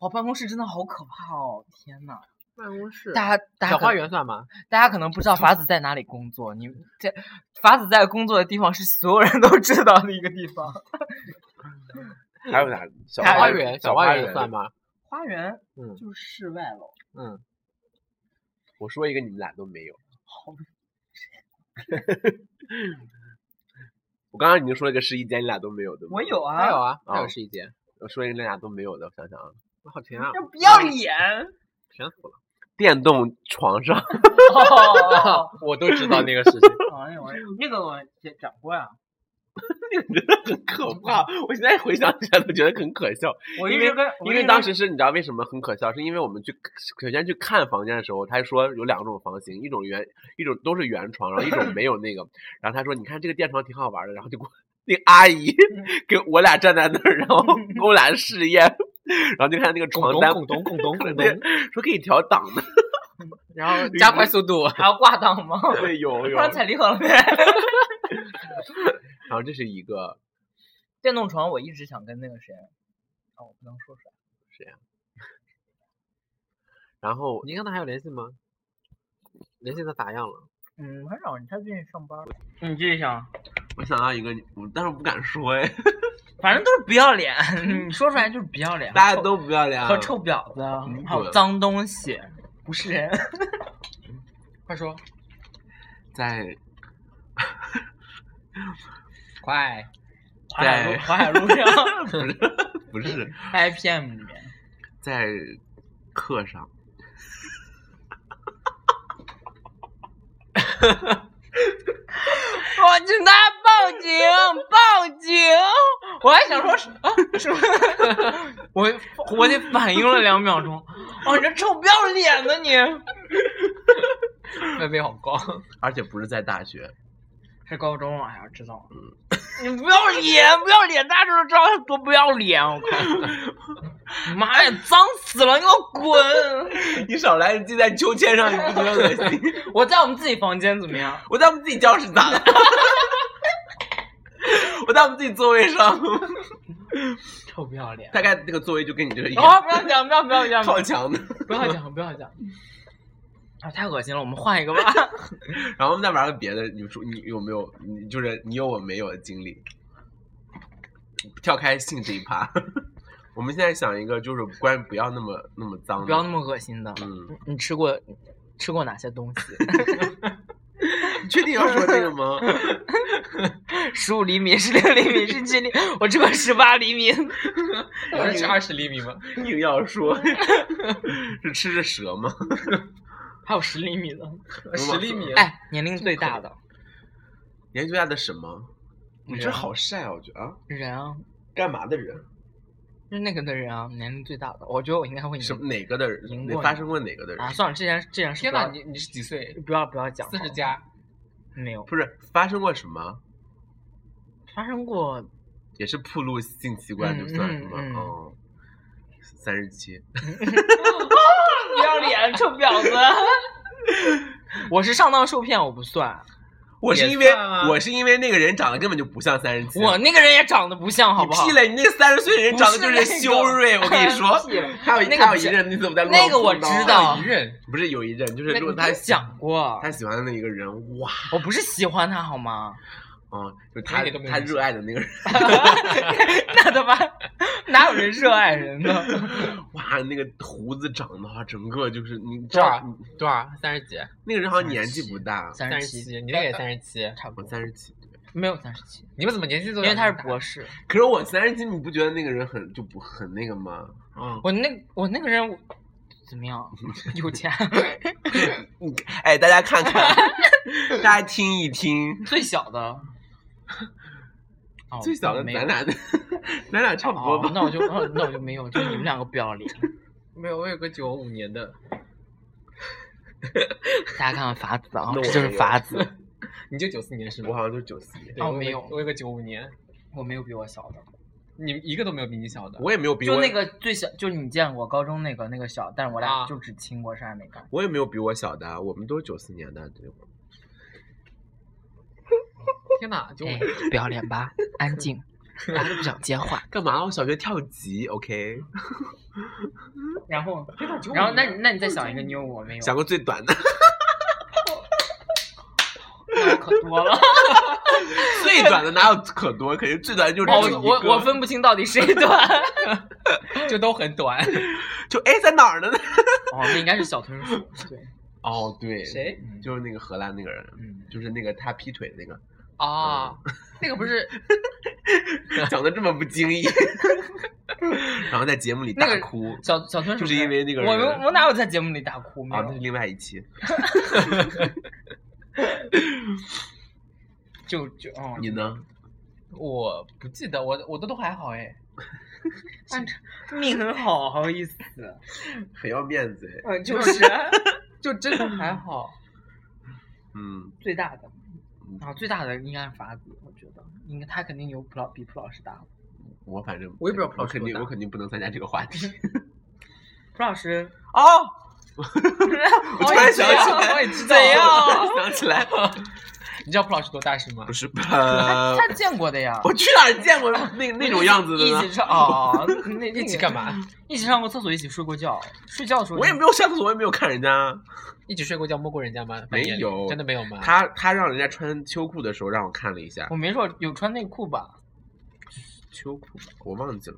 [SPEAKER 2] 哦，办公室真的好可怕哦！天呐，
[SPEAKER 4] 办公室
[SPEAKER 2] 大家大家
[SPEAKER 4] 小
[SPEAKER 2] 可
[SPEAKER 4] 花园算吗？
[SPEAKER 2] 大家可能不知道法子在哪里工作，你在法子在工作的地方是所有人都知道的一个地方。
[SPEAKER 3] 还有哪？小
[SPEAKER 2] 还有
[SPEAKER 4] 花
[SPEAKER 3] 花
[SPEAKER 4] 园，
[SPEAKER 3] 小
[SPEAKER 4] 小花
[SPEAKER 3] 园
[SPEAKER 4] 园算？吗？
[SPEAKER 2] 花园，
[SPEAKER 4] 嗯
[SPEAKER 2] 就是室外了。
[SPEAKER 4] 嗯，
[SPEAKER 3] 我说一个，你们俩都没有。
[SPEAKER 2] 好，
[SPEAKER 3] 我刚刚已经说了一个试衣间，你俩都没有的。
[SPEAKER 2] 我。有啊，
[SPEAKER 4] 还有啊，还有
[SPEAKER 3] 哦
[SPEAKER 4] 试衣间，
[SPEAKER 3] 我说一个，你俩都没有的。我想想啊，
[SPEAKER 4] 好甜啊，
[SPEAKER 2] 不要 脸。
[SPEAKER 4] 甜死了。
[SPEAKER 3] 电动床上。
[SPEAKER 2] 哦
[SPEAKER 4] 我都知道那个 事情。
[SPEAKER 2] 哎呦喂，那个我也讲过呀、
[SPEAKER 3] 真的很可怕。我现在回想起来都觉得很可笑，
[SPEAKER 2] 我
[SPEAKER 3] 因
[SPEAKER 2] 一
[SPEAKER 3] 为
[SPEAKER 2] 直跟我
[SPEAKER 3] 因
[SPEAKER 2] 一
[SPEAKER 3] 为
[SPEAKER 2] 直
[SPEAKER 3] 当
[SPEAKER 2] 跟
[SPEAKER 3] 时是你知道为什么很可笑，是因为我们去首先去看房间的时候，他说有两种房型，一种圆，一种都是圆床，然后一种没有那 个。然后他说你看这个电床挺好玩的，然后就给我那个阿姨给我俩站在那儿， 然后给我俩试验，然后就看那个
[SPEAKER 4] 拱
[SPEAKER 3] 床
[SPEAKER 4] 咚
[SPEAKER 3] 单
[SPEAKER 4] 拱咚拱 咚拱
[SPEAKER 3] 对
[SPEAKER 4] 咚，
[SPEAKER 3] 说可以调档的，
[SPEAKER 4] 然 后加快速度。
[SPEAKER 2] 还要挂档吗？
[SPEAKER 3] 哦 对，有
[SPEAKER 2] 不
[SPEAKER 3] 有。
[SPEAKER 2] 然踩离合了呗。
[SPEAKER 3] 然后这是一个
[SPEAKER 2] 电动床我一直想跟那个谁，哦，我不能说出来。
[SPEAKER 3] 谁呀？然后
[SPEAKER 4] 你跟他还有联系吗？联系他咋样了？
[SPEAKER 2] 嗯，很少，他最近上班。你继续想，
[SPEAKER 3] 我想到一个，我但是我不敢说哎，
[SPEAKER 2] 反正都是不要脸， 你说出来就是不要脸，
[SPEAKER 3] 大家都不要脸啊。
[SPEAKER 2] 和臭婊子，
[SPEAKER 3] 你
[SPEAKER 2] 还有
[SPEAKER 3] 滚
[SPEAKER 2] 脏东西，不是人。嗯
[SPEAKER 4] 快说，
[SPEAKER 3] 在
[SPEAKER 4] 快！
[SPEAKER 2] 淮海路
[SPEAKER 3] 对
[SPEAKER 2] 淮海路上
[SPEAKER 3] 不是不是
[SPEAKER 2] IPM 里面，
[SPEAKER 3] 在课上，
[SPEAKER 2] 我去他报警报警！我还想说是啊什么？ 我我得反应了两秒钟。哦，你这臭不要脸的你！
[SPEAKER 4] 妹妹好 高，
[SPEAKER 3] 而且不是在大学，
[SPEAKER 2] 是高中，哎呀，知道了。你不要脸，不要脸，大家都知道他多不要脸，我靠！ 妈呀，脏死了，你给我滚！
[SPEAKER 3] 你少来，你就在秋千上，你不觉得恶心？
[SPEAKER 2] 我在我们自己房间怎么样？
[SPEAKER 3] 我在我们自己教室打的， 我在我们自己座位上，
[SPEAKER 4] 臭不要脸！
[SPEAKER 3] 大概那个座位就跟你这个一 样，
[SPEAKER 2] 哦，不要讲，不要不要不要，
[SPEAKER 3] 超强的。
[SPEAKER 4] 不要讲，不要讲，
[SPEAKER 2] 啊，太恶心了，我们换一个 吧。
[SPEAKER 3] 然后我们再玩个别的，你说你有没有？你就是你有我没有的经历？跳开性这一趴， 我们现在想一个，就是关于不要那么那么脏的，
[SPEAKER 2] 不要那么恶心的。
[SPEAKER 3] 嗯，
[SPEAKER 2] 你吃过吃过哪些东西？
[SPEAKER 3] 你确定要说这个 吗？
[SPEAKER 2] 十五厘米、十六厘米、十七厘，我吃过十八厘米。
[SPEAKER 4] 我们是二十厘米吗？
[SPEAKER 3] 硬要说， 是吃着蛇吗？
[SPEAKER 4] 还有十厘米的，十厘米。，
[SPEAKER 2] 哎，年龄最大的
[SPEAKER 3] 年纪最大的什么？你这
[SPEAKER 4] 人
[SPEAKER 3] 好晒啊！我觉得啊，
[SPEAKER 2] 人啊，
[SPEAKER 3] 干嘛的人？
[SPEAKER 2] 就是那个的人啊，年龄最大的，我觉得我应该会
[SPEAKER 3] 什么
[SPEAKER 2] 赢。
[SPEAKER 3] 哪个的人？
[SPEAKER 2] 嗯赢
[SPEAKER 3] 哪
[SPEAKER 2] 过
[SPEAKER 3] 发
[SPEAKER 2] 你
[SPEAKER 3] 生过哪个的人
[SPEAKER 2] 啊，？算了，这件这件事
[SPEAKER 4] 天
[SPEAKER 2] 不要
[SPEAKER 4] 哪，你你是几岁？
[SPEAKER 2] 不要不要讲好
[SPEAKER 4] 四
[SPEAKER 2] 了，
[SPEAKER 4] 十加，
[SPEAKER 2] 没有
[SPEAKER 3] 不是发生过什么？
[SPEAKER 2] 发生过
[SPEAKER 3] 也是铺路性器官就
[SPEAKER 2] 嗯
[SPEAKER 3] 算是吗？
[SPEAKER 2] 嗯嗯
[SPEAKER 3] 哦，三十七，
[SPEAKER 2] 不要脸，臭婊子！我是上当受骗，我不算。
[SPEAKER 3] 我是
[SPEAKER 4] 也
[SPEAKER 3] 因为
[SPEAKER 4] 算啊
[SPEAKER 3] 我是因为那个人长得根本就不像三十七，
[SPEAKER 2] 我那个人也长得不像，好
[SPEAKER 3] 你
[SPEAKER 2] 不好
[SPEAKER 3] 屁？嘞！你那个三十岁人
[SPEAKER 2] 不
[SPEAKER 3] 长得就是是
[SPEAKER 2] 那
[SPEAKER 3] 修
[SPEAKER 2] 个
[SPEAKER 3] 睿，我 跟你说
[SPEAKER 2] 屁了，
[SPEAKER 3] 还有一
[SPEAKER 2] 那个
[SPEAKER 3] 还
[SPEAKER 2] 不
[SPEAKER 3] 有一
[SPEAKER 2] 是
[SPEAKER 3] 人，你怎么在路
[SPEAKER 2] 那
[SPEAKER 3] 上
[SPEAKER 2] 个我
[SPEAKER 3] 碰到
[SPEAKER 2] 知
[SPEAKER 3] 啊
[SPEAKER 2] 道
[SPEAKER 4] 一任
[SPEAKER 3] 不是有一任，就是
[SPEAKER 2] 那
[SPEAKER 3] 如果
[SPEAKER 2] 你
[SPEAKER 3] 他
[SPEAKER 2] 跟我
[SPEAKER 3] 喜
[SPEAKER 2] 讲过，
[SPEAKER 3] 他喜欢的一个人，哇，
[SPEAKER 2] 我不是喜欢他好吗？
[SPEAKER 3] 嗯，就他
[SPEAKER 4] 个都没有
[SPEAKER 3] 他
[SPEAKER 4] 印象
[SPEAKER 3] 热爱的那个人，
[SPEAKER 2] 那他妈哪有人热爱人呢？
[SPEAKER 3] 哇，那个胡子长的话，整个就是你知
[SPEAKER 4] 多
[SPEAKER 3] 道
[SPEAKER 4] 少，多少？三十几？
[SPEAKER 3] 那个人好像年纪不大，
[SPEAKER 2] 三
[SPEAKER 4] 三
[SPEAKER 2] 十
[SPEAKER 4] 十
[SPEAKER 2] 七，
[SPEAKER 4] 七？你这个也三十七？
[SPEAKER 2] 差不
[SPEAKER 3] 我
[SPEAKER 2] 多
[SPEAKER 3] 三十七，
[SPEAKER 2] 没有三十七，
[SPEAKER 4] 你们怎么年纪都
[SPEAKER 2] 因
[SPEAKER 4] 有
[SPEAKER 2] 为他是
[SPEAKER 4] 那么大
[SPEAKER 2] 博士。
[SPEAKER 3] 可是我三十七，你不觉得那个人很就不很那个吗？嗯，
[SPEAKER 2] 我那我那个人我怎么样？有钱，
[SPEAKER 3] 你哎，大家看看， 大家听一听，
[SPEAKER 2] 最小的。哦
[SPEAKER 3] 最小的
[SPEAKER 2] 没有
[SPEAKER 3] 咱俩的， 咱俩差不多
[SPEAKER 2] 哦
[SPEAKER 3] 吧。
[SPEAKER 2] 那我就哦那我就没有，就你们两个不要脸。
[SPEAKER 4] 没有，我有个九五年的，
[SPEAKER 2] 大家看看法子啊，
[SPEAKER 3] 那我
[SPEAKER 2] 这就是
[SPEAKER 3] 没有
[SPEAKER 2] 法子。
[SPEAKER 4] 你就九四年是
[SPEAKER 3] 我
[SPEAKER 4] 吗？
[SPEAKER 3] 好像就九四年，
[SPEAKER 4] 对
[SPEAKER 2] 哦
[SPEAKER 4] 我
[SPEAKER 2] 没
[SPEAKER 4] 个
[SPEAKER 2] 有
[SPEAKER 4] 我有个九五年，
[SPEAKER 2] 我没有比我小的，
[SPEAKER 4] 你们一个都没有比你小的。
[SPEAKER 3] 我也没有比
[SPEAKER 2] 就
[SPEAKER 3] 我
[SPEAKER 2] 那个最小，就是你见过高中那个那个小，但是我俩
[SPEAKER 4] 啊
[SPEAKER 2] 就只亲过，啥也没干。
[SPEAKER 3] 我也没有比我小的啊，我们都是九四年的这会儿。
[SPEAKER 4] 天哪，九五
[SPEAKER 2] 哎，不要脸 吧，安静，大家都不想接话。
[SPEAKER 3] 干嘛？我小学跳级，OK，
[SPEAKER 2] 然后，
[SPEAKER 4] 九五
[SPEAKER 2] 然后那
[SPEAKER 4] 年
[SPEAKER 2] 你那你再想一个妞，我没有，
[SPEAKER 3] 想过 最短的，
[SPEAKER 2] 那我可多 了。
[SPEAKER 3] 最短的哪有可多？肯定最短就是
[SPEAKER 2] 我
[SPEAKER 3] 只有一
[SPEAKER 2] 哦我
[SPEAKER 3] 个
[SPEAKER 2] 我分不清到底谁 短。
[SPEAKER 4] 就都很 短。
[SPEAKER 3] 就哎在哪儿呢？
[SPEAKER 2] 哦，那应该是小豚鼠。 对，
[SPEAKER 3] 哦，对，
[SPEAKER 4] 谁
[SPEAKER 2] 嗯
[SPEAKER 3] 就是那个荷兰那个人，
[SPEAKER 2] 嗯，
[SPEAKER 3] 就是那个他劈腿那个，
[SPEAKER 4] 啊？那个 不是
[SPEAKER 3] 讲的这么不经意， 然后在节目里
[SPEAKER 2] 那
[SPEAKER 3] 大
[SPEAKER 2] 个
[SPEAKER 3] 哭，
[SPEAKER 2] 小小豚鼠
[SPEAKER 3] 就是因为那个
[SPEAKER 2] 我
[SPEAKER 3] 人
[SPEAKER 2] 我哪有在节目里大哭？没
[SPEAKER 3] 啊，那
[SPEAKER 2] 有
[SPEAKER 3] 是，另外一期。
[SPEAKER 2] 就就哦，
[SPEAKER 3] 你呢？
[SPEAKER 4] 我不记得，我我的都还好哎。
[SPEAKER 2] 命很好，好意思。
[SPEAKER 3] 很要面子哎，
[SPEAKER 2] 嗯，就是。
[SPEAKER 4] 就真的还好。
[SPEAKER 3] 嗯，
[SPEAKER 2] 最大的
[SPEAKER 3] 嗯，
[SPEAKER 2] 啊，最大的应该是法子，我觉得应该他肯定有普老比普老师大。
[SPEAKER 3] 我反正
[SPEAKER 4] 我也不知道普
[SPEAKER 3] 我
[SPEAKER 4] 老师
[SPEAKER 3] 肯
[SPEAKER 4] 多
[SPEAKER 3] 定
[SPEAKER 4] 大
[SPEAKER 3] 我肯定不能参加这个话题。
[SPEAKER 2] 普老 师，
[SPEAKER 3] 哦，
[SPEAKER 2] 我突
[SPEAKER 3] 突然想起来
[SPEAKER 4] 我也知道
[SPEAKER 2] 怎样？
[SPEAKER 3] 想起来，
[SPEAKER 4] 你知道普老师多大是吗
[SPEAKER 3] 不？是呃，
[SPEAKER 2] 他见过的呀，
[SPEAKER 3] 我去哪儿见过那那种样 子的
[SPEAKER 2] 一
[SPEAKER 3] 呢
[SPEAKER 2] 起？上哦， 那
[SPEAKER 4] 一起干？嘛？
[SPEAKER 2] 那个一起上过厕所，一起睡过觉，睡觉的时候
[SPEAKER 3] 我也没有上厕所，我也没有看人家。
[SPEAKER 4] 一起睡过觉摸过人家吗？
[SPEAKER 3] 没有
[SPEAKER 4] 真的没有吗？
[SPEAKER 3] 他他让人家穿秋裤的时候，让我看了一下
[SPEAKER 2] 我没说有穿内裤吧？
[SPEAKER 3] 秋裤，我忘记了。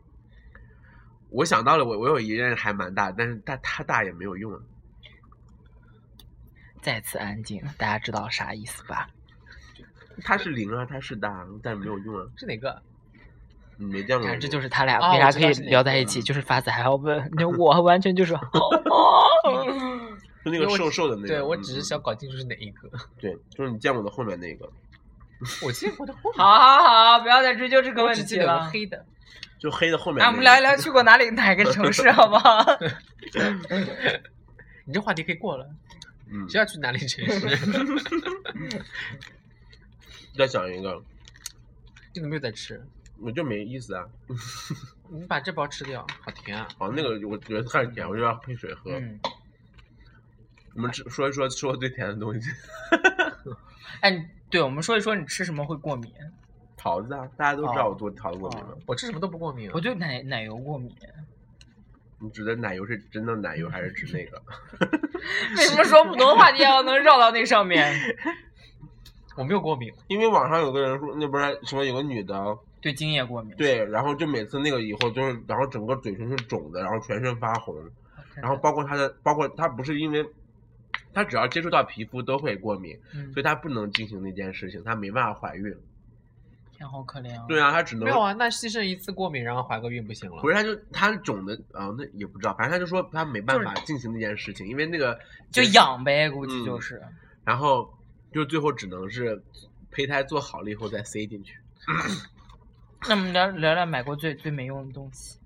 [SPEAKER 3] 我想到了，我我有一任还蛮大，但是他他大也没有用啊。
[SPEAKER 2] 再次安静，大家知道啥意思吧？
[SPEAKER 3] 他是零啊，他是大，但是没有用啊。
[SPEAKER 4] 是哪个？
[SPEAKER 3] 你没见过
[SPEAKER 2] 反正这
[SPEAKER 3] 是
[SPEAKER 2] 就
[SPEAKER 3] 吗？
[SPEAKER 2] 是他嗯俩
[SPEAKER 4] 啊
[SPEAKER 2] 为啥
[SPEAKER 4] 我知
[SPEAKER 2] 可
[SPEAKER 4] 道
[SPEAKER 2] 以
[SPEAKER 4] 是哪
[SPEAKER 2] 聊
[SPEAKER 4] 个
[SPEAKER 2] 在一起，就是法子还要 问，那我完全 就是，
[SPEAKER 3] 就那
[SPEAKER 4] 因为
[SPEAKER 3] 个
[SPEAKER 4] 我
[SPEAKER 3] 瘦瘦的那个。
[SPEAKER 4] 对我
[SPEAKER 3] 嗯
[SPEAKER 4] 只是想搞清楚是哪一 个。
[SPEAKER 3] 对，就是你见我的后面那个，
[SPEAKER 4] 我记得我的后面，
[SPEAKER 2] 好好好，不要再追究这个
[SPEAKER 4] 我
[SPEAKER 2] 问
[SPEAKER 4] 只记
[SPEAKER 2] 题
[SPEAKER 4] 得有
[SPEAKER 2] 了。
[SPEAKER 4] 个黑的。
[SPEAKER 3] 就黑的后面。
[SPEAKER 4] 啊
[SPEAKER 2] 哎，我们聊一聊。去过哪里哪个城 市，好不好？
[SPEAKER 4] 你这话题可以过了，
[SPEAKER 3] 嗯，
[SPEAKER 4] 谁要去哪里城市？
[SPEAKER 3] 再想一个，
[SPEAKER 4] 这个没有在吃，
[SPEAKER 3] 我就没意思啊。哦
[SPEAKER 4] 你把这包吃掉，好甜啊！
[SPEAKER 3] 好，那个我觉得太甜，我就要配水喝。
[SPEAKER 2] 嗯，
[SPEAKER 3] 我们吃说一说说最甜的东西。
[SPEAKER 2] 哎，你对我们说一说你吃什么会过敏？
[SPEAKER 3] 桃子啊，大家都知道我做桃子过敏
[SPEAKER 2] 哦
[SPEAKER 3] 吗？
[SPEAKER 4] 我吃什么都不过敏啊
[SPEAKER 2] 我。对奶奶油过 敏，
[SPEAKER 3] 你指的奶油是真的奶油还是指那 个？
[SPEAKER 2] 为什么说普通话你要能绕到那上面？
[SPEAKER 4] 我没有过敏，
[SPEAKER 3] 因为网上有个人说，那不是什么有个女的，哦
[SPEAKER 2] 对精液过敏，
[SPEAKER 3] 对，然后就每次那个以后就是，然后整个嘴唇是肿的，然后全身发红，然后包括她的，包括她不是因为，她只要接触到皮肤都会过敏，
[SPEAKER 2] 嗯
[SPEAKER 3] 所以她不能进行那件事情，她没办法怀孕。
[SPEAKER 2] 天好可怜啊。
[SPEAKER 3] 对啊，她只能
[SPEAKER 4] 没有啊？那牺牲一次过敏，然后怀个孕不行了
[SPEAKER 3] 不？是，他就他肿的啊、那也不知道，反正他就说他没办
[SPEAKER 2] 就是
[SPEAKER 3] 法进行那件事情，因为那个
[SPEAKER 2] 就
[SPEAKER 3] 也是，
[SPEAKER 2] 痒呗，估计就
[SPEAKER 3] 嗯
[SPEAKER 2] 是。
[SPEAKER 3] 然后就最后只能是胚胎做好了以后再塞进去。
[SPEAKER 2] 那我们聊聊聊买过最最没用的东西，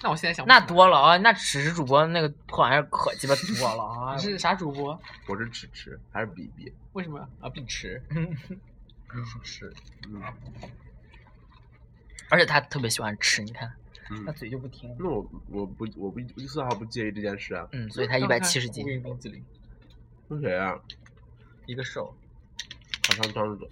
[SPEAKER 4] 那我现在想不
[SPEAKER 2] 那
[SPEAKER 4] 起来
[SPEAKER 2] 多了啊！那只是主播那个破玩意儿可鸡巴多了啊！
[SPEAKER 4] 你是啥主播？
[SPEAKER 3] 我是迟迟还是比比
[SPEAKER 4] 为什么啊？必吃？
[SPEAKER 3] 是，嗯，
[SPEAKER 4] 啊
[SPEAKER 2] 而且他特别喜欢吃，你看
[SPEAKER 3] 嗯
[SPEAKER 2] 他嘴就不停。
[SPEAKER 3] 那我我不我不一丝毫不介意这件事啊。
[SPEAKER 2] 嗯，所以他一百七十斤
[SPEAKER 3] 嗯
[SPEAKER 4] 乌。云冰激凌，
[SPEAKER 3] 是谁啊？
[SPEAKER 4] 一个瘦。
[SPEAKER 3] 好像张总，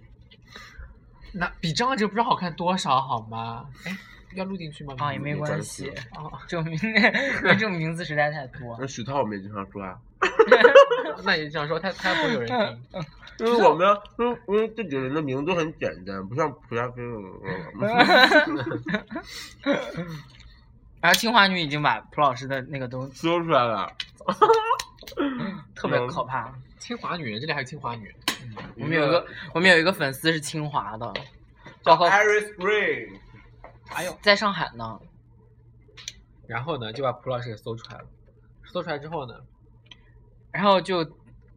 [SPEAKER 4] 那比张哲不知道好看多少好吗？哎，要录进去吗？
[SPEAKER 2] 啊，也没
[SPEAKER 3] 没
[SPEAKER 2] 关
[SPEAKER 3] 关
[SPEAKER 2] 系
[SPEAKER 3] 系，
[SPEAKER 4] 啊，
[SPEAKER 2] 这种名 这种名字实在太多
[SPEAKER 3] 那。许涛我们也经常说啊，
[SPEAKER 4] 那也这样说，他他不会有人
[SPEAKER 3] 因
[SPEAKER 4] 听。
[SPEAKER 3] 为我们因为因为这几个人的名字都很简单，不像蒲亚飞。嗯
[SPEAKER 2] 然后清华女已经把蒲老师的那个东西
[SPEAKER 3] 说出来了，
[SPEAKER 2] 特别
[SPEAKER 3] 嗯
[SPEAKER 2] 可怕。
[SPEAKER 4] 清华女人，这里还有清华女，
[SPEAKER 2] 我们有一个我们有一个粉丝是清华的，
[SPEAKER 3] 哦
[SPEAKER 2] 包括
[SPEAKER 3] Iris Spring，
[SPEAKER 4] 哎呦，
[SPEAKER 2] 在上海呢。
[SPEAKER 4] 然后呢就把蒲老师给搜出来了。搜出来之后呢，
[SPEAKER 2] 然后就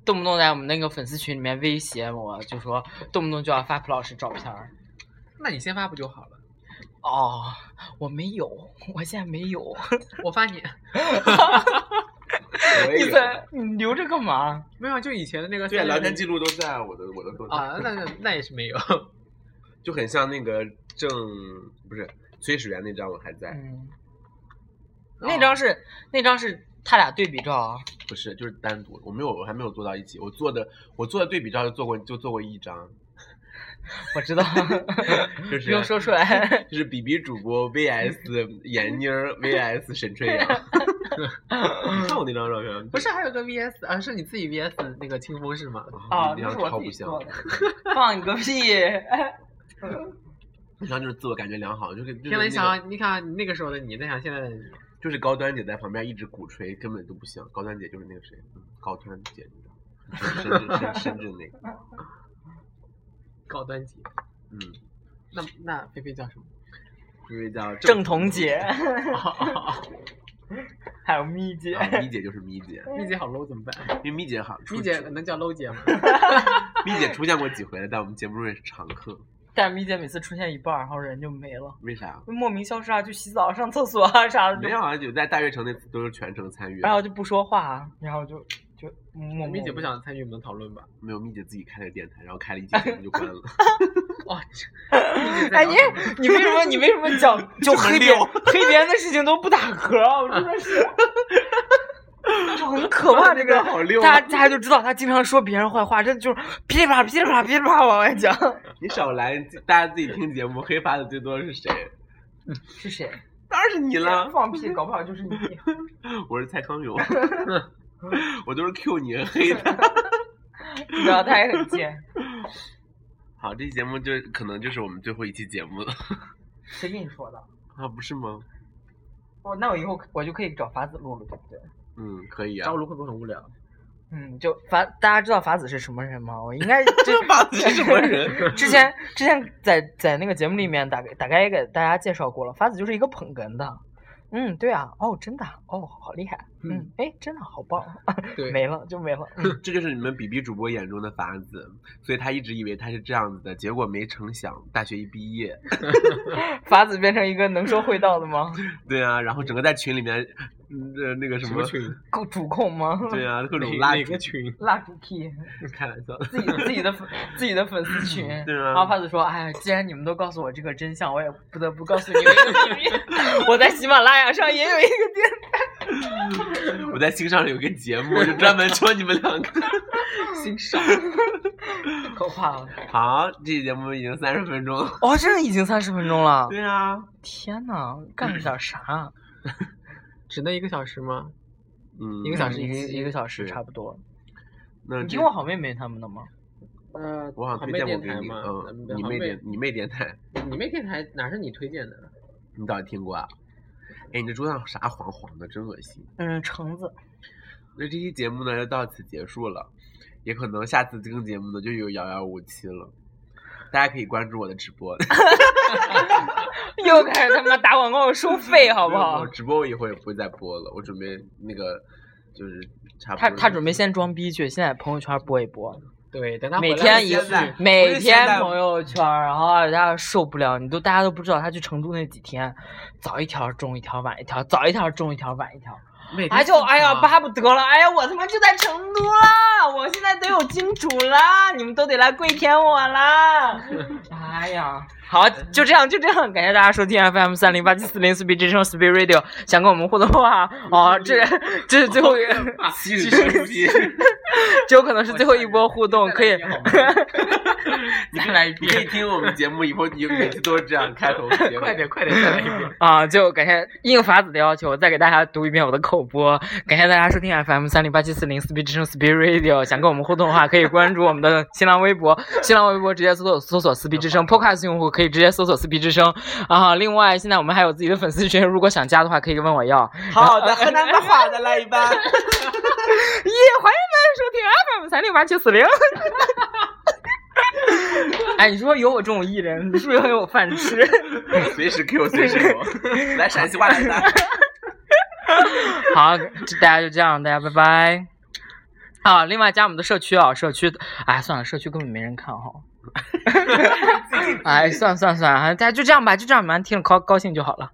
[SPEAKER 2] 动不动在我们那个粉丝群里面威胁我，就说动不动就要发蒲老师照片儿。
[SPEAKER 4] 那你先发不就好了？
[SPEAKER 2] 哦，我没有，我现在没 有。
[SPEAKER 4] 我发你
[SPEAKER 3] 我也
[SPEAKER 2] 你
[SPEAKER 3] 有
[SPEAKER 2] 在你留着干嘛？
[SPEAKER 4] 没有啊？就以前的那个
[SPEAKER 3] 对，
[SPEAKER 4] 三六
[SPEAKER 3] 聊天
[SPEAKER 4] 零
[SPEAKER 3] 记录都在我的我的手机
[SPEAKER 4] 啊，那那那也是没有。
[SPEAKER 3] 就很像那个郑不是崔始源那张我还在，
[SPEAKER 2] 嗯，
[SPEAKER 3] 哦
[SPEAKER 2] 那张是那张是他俩对比照啊。
[SPEAKER 3] 不是就是单独，我没有我还没有做到一起，我做的我做的对比照就做过就做过一张，
[SPEAKER 2] 我知 道，
[SPEAKER 3] 就
[SPEAKER 2] 不用
[SPEAKER 3] 是
[SPEAKER 2] 说出来。
[SPEAKER 3] 就是比比主播 VS 闫妮儿 VS 沈 春阳， 你看我那张照片吗
[SPEAKER 4] 不是还有个 VS 啊？是你自己 VS 那个清风是吗？
[SPEAKER 2] 啊，
[SPEAKER 3] 那
[SPEAKER 2] 那
[SPEAKER 3] 张
[SPEAKER 2] 是我
[SPEAKER 3] 超
[SPEAKER 2] 自
[SPEAKER 3] 不
[SPEAKER 2] 己
[SPEAKER 3] 像
[SPEAKER 2] 做， 的，放你个屁！
[SPEAKER 3] 那张就是自我感觉良好，就是就
[SPEAKER 4] 天呐，
[SPEAKER 3] 是那个
[SPEAKER 4] 你想，你看你那个时候的你，再想现在的你，
[SPEAKER 3] 就是高端姐在旁边一直鼓吹，根本都不像高端姐就是那个谁，嗯高端姐你知道吗。深圳深深圳那个，
[SPEAKER 4] 高端姐。
[SPEAKER 3] 嗯，
[SPEAKER 4] 那那菲菲叫什么？
[SPEAKER 3] 因为叫啊
[SPEAKER 2] 郑彤姐， 还有咪姐，
[SPEAKER 3] 啊，咪姐就是咪姐，
[SPEAKER 4] 咪姐好 low 怎么办？
[SPEAKER 3] 因为咪姐好，
[SPEAKER 4] 咪姐能叫 low 姐吗？
[SPEAKER 3] 咪姐出现过几回了，但我们节目中也是常客。
[SPEAKER 2] 但是咪姐每次出现一半儿，然后人就没了。
[SPEAKER 3] 为啥？
[SPEAKER 2] 莫名消失啊，去洗澡、上厕所啊啥的，
[SPEAKER 3] 没有，啊，有在大悦城那次都是全程参与的，
[SPEAKER 2] 然后就不说话，啊然后就就默默。
[SPEAKER 4] 咪姐不想参与我们的讨论吧？
[SPEAKER 3] 没有咪姐自己开了电台，然后开了一期节目就关 了。
[SPEAKER 4] 哇，
[SPEAKER 2] 哎，你你为什么你为什么讲就黑别人黑别人的事情都不打嗝啊？我真的是，就很 可怕。这
[SPEAKER 3] 这
[SPEAKER 2] 个
[SPEAKER 3] 个好溜啊
[SPEAKER 2] 大家大家就知道他经常说别人坏话，真的就是噼里啪啦噼里啪啦噼里啪啦往外讲。
[SPEAKER 3] 你少来，你自大家自己听节目，黑发的最多的是谁？
[SPEAKER 2] 是谁？
[SPEAKER 3] 当然是你啦！
[SPEAKER 2] 放屁，搞不好就是你。
[SPEAKER 3] 我是蔡康 永，我都是 Q 你黑的。
[SPEAKER 2] 你知道他也很贱，
[SPEAKER 3] 好，这期节目就可能就是我们最后一期节目了
[SPEAKER 2] 谁跟你说的？
[SPEAKER 3] 啊，不是吗？
[SPEAKER 2] 我那我以后我就可以找法子录了，对不对？
[SPEAKER 3] 嗯，可以啊
[SPEAKER 4] 朝。露会不会很无聊？
[SPEAKER 2] 嗯，就法大家知道法子是什么人吗？我应该这
[SPEAKER 3] 发子是什 么人？
[SPEAKER 2] 之前之前在在那个节目里面大概大概也给大家介绍过了，法子就是一个捧哏的。嗯，对啊，哦，真的啊，哦，好厉害，嗯，哎，真的好棒，
[SPEAKER 4] 对
[SPEAKER 2] 没了就没了，嗯
[SPEAKER 3] 这就是你们比比主播眼中的法子，所以他一直以为他是这样子的，结果没成想，大学一毕业，
[SPEAKER 2] 法子变成一个能说会道的吗？
[SPEAKER 3] 对啊，然后整个在群里面，嗯，呃，那个什
[SPEAKER 4] 什
[SPEAKER 3] 么
[SPEAKER 4] 么，群？
[SPEAKER 2] 够主控吗？
[SPEAKER 3] 对啊，各
[SPEAKER 4] 哪
[SPEAKER 3] 种拉
[SPEAKER 4] 哪
[SPEAKER 3] 主
[SPEAKER 4] 个，群？
[SPEAKER 2] 蜡烛屁，
[SPEAKER 3] 开玩笑，
[SPEAKER 2] 自己自己的粉自己的粉丝群，
[SPEAKER 3] 对啊
[SPEAKER 2] 然后法子说，哎，既然你们都告诉我这个真 相，我也不得不告诉你们一个秘密，我在喜马拉雅上也有一个电台，
[SPEAKER 3] 我在新上有个节目，就专门说你们两个。
[SPEAKER 4] 欣赏，
[SPEAKER 2] 可怕了！
[SPEAKER 3] 好，这期节目已经三十分钟了。
[SPEAKER 2] 哦，真的已经三十分钟了。
[SPEAKER 3] 对啊，
[SPEAKER 2] 天呐，干了点啥？啊
[SPEAKER 4] 只那一个小时吗？
[SPEAKER 3] 嗯，
[SPEAKER 4] 一个小时
[SPEAKER 2] 一个
[SPEAKER 4] 期
[SPEAKER 2] 一个小时嗯
[SPEAKER 3] 对
[SPEAKER 2] 差不多。
[SPEAKER 3] 那
[SPEAKER 2] 你
[SPEAKER 3] 这
[SPEAKER 2] 听过好妹妹他们的吗？
[SPEAKER 4] 呃，
[SPEAKER 3] 我好像
[SPEAKER 4] 好
[SPEAKER 3] 推
[SPEAKER 4] 妹
[SPEAKER 3] 荐过
[SPEAKER 4] 电
[SPEAKER 3] 给
[SPEAKER 4] 台
[SPEAKER 3] 你，
[SPEAKER 4] 嘛，咱
[SPEAKER 3] 嗯
[SPEAKER 4] 们，
[SPEAKER 3] 你
[SPEAKER 4] 好
[SPEAKER 3] 妹
[SPEAKER 4] 妹
[SPEAKER 3] 电你妹电台，
[SPEAKER 4] 你妹电台哪是你推荐的？
[SPEAKER 3] 你到底听过啊？哎，你这桌上啥黄黄的，真恶心。
[SPEAKER 2] 嗯，橙子。
[SPEAKER 3] 那这期节目呢就到此结束了，也可能下次这个节目呢就有遥遥无期了。大家可以关注我的直播，
[SPEAKER 2] 又开始他妈打广告收费，好不
[SPEAKER 3] 我
[SPEAKER 2] 好？
[SPEAKER 3] 直播我以后也不会再播了，我准备那个就是差不
[SPEAKER 2] 他
[SPEAKER 3] 多。
[SPEAKER 2] 他准备先装逼去，现在朋友圈播一播，
[SPEAKER 4] 对，等他
[SPEAKER 2] 每
[SPEAKER 4] 回来
[SPEAKER 2] 天
[SPEAKER 4] 了
[SPEAKER 2] 一
[SPEAKER 4] 先
[SPEAKER 3] 现在
[SPEAKER 4] 去
[SPEAKER 2] 每
[SPEAKER 3] 是现
[SPEAKER 2] 天
[SPEAKER 3] 在
[SPEAKER 2] 朋友圈，然后大家受不了，你都大家都不知道他去成都那几天，早一条中一条，晚一条，早一条中一条，晚一条，
[SPEAKER 4] 每天
[SPEAKER 2] 哎就
[SPEAKER 4] 四
[SPEAKER 2] 哎
[SPEAKER 3] 啊
[SPEAKER 2] 呀
[SPEAKER 4] 条
[SPEAKER 2] 巴不得了，哎呀我他妈就在成都啦，我现在都有金主啦，你们都得来跪舔我 啦，哎呀，好就这样就这样，感谢大家收听 FM 三零八七四零四 B 之声 Speed Radio，想跟我们互动的 话，哦这这是最后一个。
[SPEAKER 3] 吸收吸，
[SPEAKER 2] 只有可能是最后一波互动，可以。
[SPEAKER 3] 你可以来一遍，你可以听我们节目以后，你每次都是这样开头结尾。
[SPEAKER 4] 快点快点再来一 遍。
[SPEAKER 2] 啊，就感谢应法子的要求，我再给大家读一遍我的口播。感谢大家收听 FM 三零八七四零四 B 之声 Speed Radio。想跟我们互动的话，可以关注我们的新浪微博，新浪微博直接搜索搜索四 B 之声，Podcast 用户可以直接搜索四 B 之声。啊，另外现在我们还有自己的粉丝群，如果想加的话，可以问我要。
[SPEAKER 3] 好的，河南话再来一 遍。
[SPEAKER 2] 耶，欢迎大家收听 FM 三零八七四零。 哎，你说有我这种艺人，你是不是很有饭吃？
[SPEAKER 3] 随时 Q，随时 Q，来陕西话来来。
[SPEAKER 2] 好，这大家就这样，大家拜拜。啊，另外加我们的社区啊，社区，哎，算了，社区根本没人看哈。哎哎，算了算了算了，大家就这样吧，就这样吧，听着高高兴就好了。